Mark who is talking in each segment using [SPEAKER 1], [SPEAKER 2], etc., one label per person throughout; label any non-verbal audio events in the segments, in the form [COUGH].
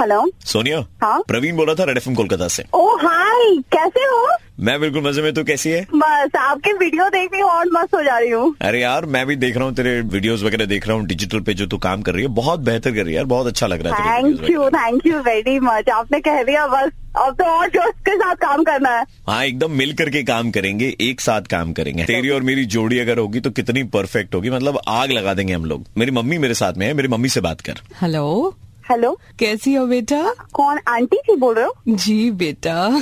[SPEAKER 1] Hello
[SPEAKER 2] Sonia
[SPEAKER 1] हाँ?
[SPEAKER 2] प्रवीण बोला था रेड एफ कोलकाता से
[SPEAKER 1] ओ हाय Oh, कैसे हो
[SPEAKER 2] मैं बिल्कुल मजे में तू कैसी है
[SPEAKER 1] बस आपके वीडियो देख रही हूँ और मस्त हो जा रही हूँ
[SPEAKER 2] अरे यार मैं भी देख रहा हूँ तेरे वीडियोस वगैरह देख रहा हूँ डिजिटल पे जो तू काम कर रही है बहुत बेहतर कर रही है यार बहुत अच्छा लग रहा है तेरे
[SPEAKER 1] थैंक
[SPEAKER 2] videos
[SPEAKER 1] यू
[SPEAKER 2] वगैरह।
[SPEAKER 1] थैंक यू वेरी मच आपने कह दिया बस अब तो और जोश के साथ काम करना है
[SPEAKER 2] हाँ एकदम मिल करके काम करेंगे एक साथ काम करेंगे तेरी और मेरी जोड़ी अगर होगी तो कितनी परफेक्ट होगी मतलब आग लगा देंगे हम लोग मेरी मम्मी मेरे साथ में है मेरी मम्मी से बात कर
[SPEAKER 3] हेलो
[SPEAKER 1] हेलो
[SPEAKER 3] कैसी हो बेटा
[SPEAKER 1] कौन आंटी जी बोल रहे
[SPEAKER 3] जी बेटा
[SPEAKER 1] हो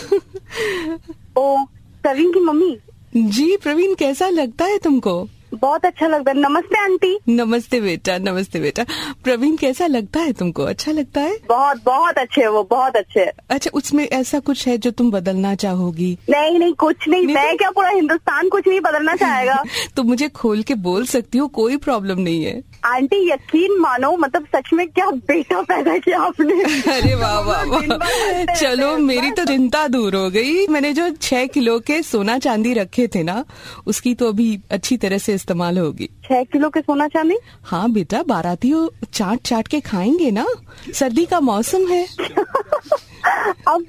[SPEAKER 1] ओ प्रवीण की मम्मी
[SPEAKER 3] जी प्रवीण कैसा लगता है तुमको
[SPEAKER 1] बहुत अच्छा लगता है नमस्ते आंटी
[SPEAKER 3] नमस्ते बेटा नमस्ते बेटा प्रवीण कैसा लगता है तुमको अच्छा लगता है
[SPEAKER 1] बहुत बहुत अच्छे है वो बहुत अच्छे है
[SPEAKER 3] अच्छा उसमें ऐसा कुछ है जो तुम बदलना चाहोगी
[SPEAKER 1] नहीं नहीं कुछ नहीं
[SPEAKER 3] नहीं,
[SPEAKER 1] मैं
[SPEAKER 3] नहीं।
[SPEAKER 1] क्या पूरा हिंदुस्तान कुछ नहीं बदलना
[SPEAKER 3] [LAUGHS]
[SPEAKER 1] चाहेगा
[SPEAKER 3] तो मुझे खोल के बोल सकती हो कोई प्रॉब्लम नहीं है
[SPEAKER 1] आंटी यकीन मानो मतलब सच में क्या बेटा पैदा किया आपने
[SPEAKER 3] [LAUGHS] अरे वाह वाह
[SPEAKER 1] दिन भर हंसते
[SPEAKER 3] वाह
[SPEAKER 1] रहते
[SPEAKER 3] चलो
[SPEAKER 1] हैं,
[SPEAKER 3] मेरी तो
[SPEAKER 1] बस।
[SPEAKER 3] चिंता दूर हो गई मैंने जो छह किलो के सोना चांदी रखे थे ना उसकी तो अभी अच्छी तरह से इस्तेमाल होगी
[SPEAKER 1] छह किलो के सोना चांदी
[SPEAKER 3] हाँ बेटा बारातियों चाट चाट के खाएंगे ना सर्दी का मौसम है
[SPEAKER 1] अब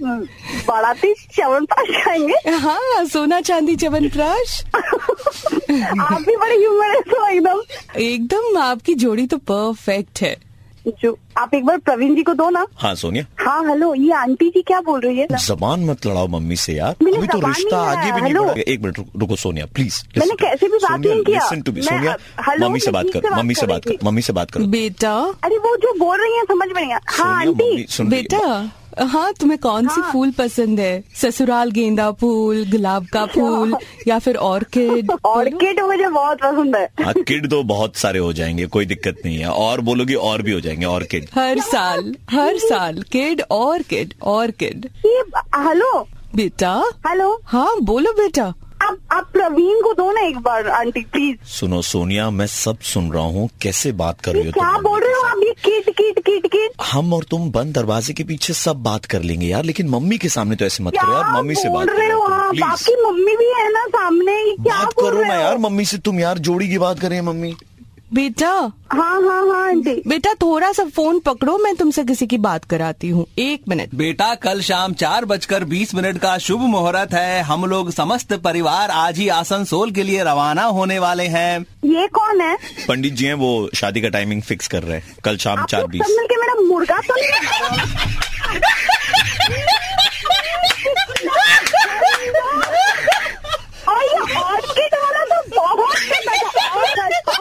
[SPEAKER 1] बाराती च्यवनप्राश खाएंगे
[SPEAKER 3] हाँ सोना चांदी चवनप्राश
[SPEAKER 1] आप भी बड़े ह्यूमरस हो एकदम
[SPEAKER 3] एकदम आपकी जोड़ी तो परफेक्ट है
[SPEAKER 1] जो आप एक बार प्रवीण जी को दो ना
[SPEAKER 2] हाँ सोनिया
[SPEAKER 1] हाँ हेलो ये आंटी जी क्या बोल रही है
[SPEAKER 2] जबान मत लड़ाओ मम्मी से यार
[SPEAKER 1] मैंने
[SPEAKER 2] अभी तो
[SPEAKER 1] जबान
[SPEAKER 2] रिश्ता
[SPEAKER 1] नहीं
[SPEAKER 2] आगे भी
[SPEAKER 1] लड़ाया,
[SPEAKER 2] नहीं
[SPEAKER 1] हेलो।
[SPEAKER 2] बढ़ा एक मिनट रुको- रुको सोनिया प्लीज
[SPEAKER 1] मैंने कैसे भी बात नहीं किया।
[SPEAKER 2] लिसन टू मी
[SPEAKER 1] मैं
[SPEAKER 2] सोनिया
[SPEAKER 1] अब- हेलो,
[SPEAKER 2] मम्मी से
[SPEAKER 1] मैं
[SPEAKER 2] बात
[SPEAKER 1] ठीक से
[SPEAKER 2] करो
[SPEAKER 1] बात
[SPEAKER 2] मम्मी से
[SPEAKER 1] कर
[SPEAKER 2] बात
[SPEAKER 1] रही
[SPEAKER 2] करो मम्मी से बात करो
[SPEAKER 3] बेटा
[SPEAKER 1] अरे वो जो बोल रही है समझ में नहीं आ हाँ
[SPEAKER 2] सोनिया,
[SPEAKER 1] आंटी
[SPEAKER 2] मम्मी सुन रही है।
[SPEAKER 3] बेटा हाँ तुम्हें कौन सी
[SPEAKER 1] हाँ।
[SPEAKER 3] फूल पसंद है ससुराल गेंदा फूल गुलाब का फूल या फिर
[SPEAKER 1] [LAUGHS]
[SPEAKER 3] ऑर्किड
[SPEAKER 1] ऑर्किड मुझे बहुत पसंद है
[SPEAKER 2] हाँ किड तो बहुत सारे हो जाएंगे कोई दिक्कत नहीं है और बोलोगी और भी हो जाएंगे और किड
[SPEAKER 3] हर साल हर साल किड ऑर्किड ऑर्किड
[SPEAKER 1] ये हेलो
[SPEAKER 3] बेटा
[SPEAKER 1] हेलो
[SPEAKER 3] हाँ बोलो बेटा
[SPEAKER 1] आप आप प्रवीण को दो ना एक बार आंटी प्लीज
[SPEAKER 2] सुनो सोनिया मैं सब सुन रहा हूँ कैसे बात कर रही
[SPEAKER 1] ये
[SPEAKER 2] हो तुम
[SPEAKER 1] क्या
[SPEAKER 2] तो मम्मी
[SPEAKER 1] बोल रहे
[SPEAKER 2] के
[SPEAKER 1] हो
[SPEAKER 2] साथ?
[SPEAKER 1] आप ये किट किट किट किट
[SPEAKER 2] हम और तुम बंद दरवाजे के पीछे सब बात कर लेंगे यार लेकिन मम्मी के सामने तो ऐसे मत
[SPEAKER 1] क्या
[SPEAKER 2] करो यार मम्मी से
[SPEAKER 1] बोल
[SPEAKER 2] बात
[SPEAKER 1] रहे
[SPEAKER 2] करो
[SPEAKER 1] हो
[SPEAKER 2] यार
[SPEAKER 1] आप
[SPEAKER 2] तुम,
[SPEAKER 1] आपकी
[SPEAKER 2] प्लीज
[SPEAKER 1] मम्मी भी है ना सामने ये क्या
[SPEAKER 2] बात
[SPEAKER 1] बोल
[SPEAKER 2] करो
[SPEAKER 1] रहे
[SPEAKER 2] ना
[SPEAKER 1] हो?
[SPEAKER 2] यार मम्मी से तुम यार जोड़ी की बात कर रहे हैं मम्मी
[SPEAKER 3] बेटा
[SPEAKER 1] हाँ हाँ हाँ आंटी
[SPEAKER 3] बेटा थोड़ा सा फोन पकड़ो मैं तुमसे किसी की बात कराती हूँ एक मिनट
[SPEAKER 4] बेटा कल शाम चार बजकर बीस मिनट का शुभ मुहूर्त है हम लोग समस्त परिवार आज ही आसनसोल के लिए रवाना होने वाले हैं
[SPEAKER 1] ये कौन है
[SPEAKER 2] पंडित जी हैं वो शादी का टाइमिंग फिक्स कर रहे हैं कल शाम
[SPEAKER 1] आप
[SPEAKER 2] चार
[SPEAKER 1] लोग सब
[SPEAKER 2] बीस
[SPEAKER 1] मिलके मेरा मुर्गा तो नहीं खा रहे हो? और ये ऑर्किड वाला तो बहुत गंदा था।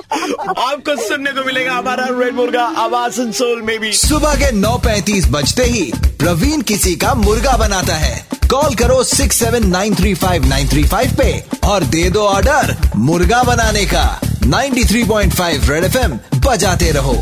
[SPEAKER 2] आपको सुनने को मिलेगा हमारा रेड मुर्गा आवाज सोल में भी
[SPEAKER 5] सुबह के 9:35 बजते ही प्रवीण किसी का मुर्गा बनाता है कॉल करो 6793595 पे और दे दो ऑर्डर मुर्गा बनाने का 93.5 रेड एफएम बजाते रहो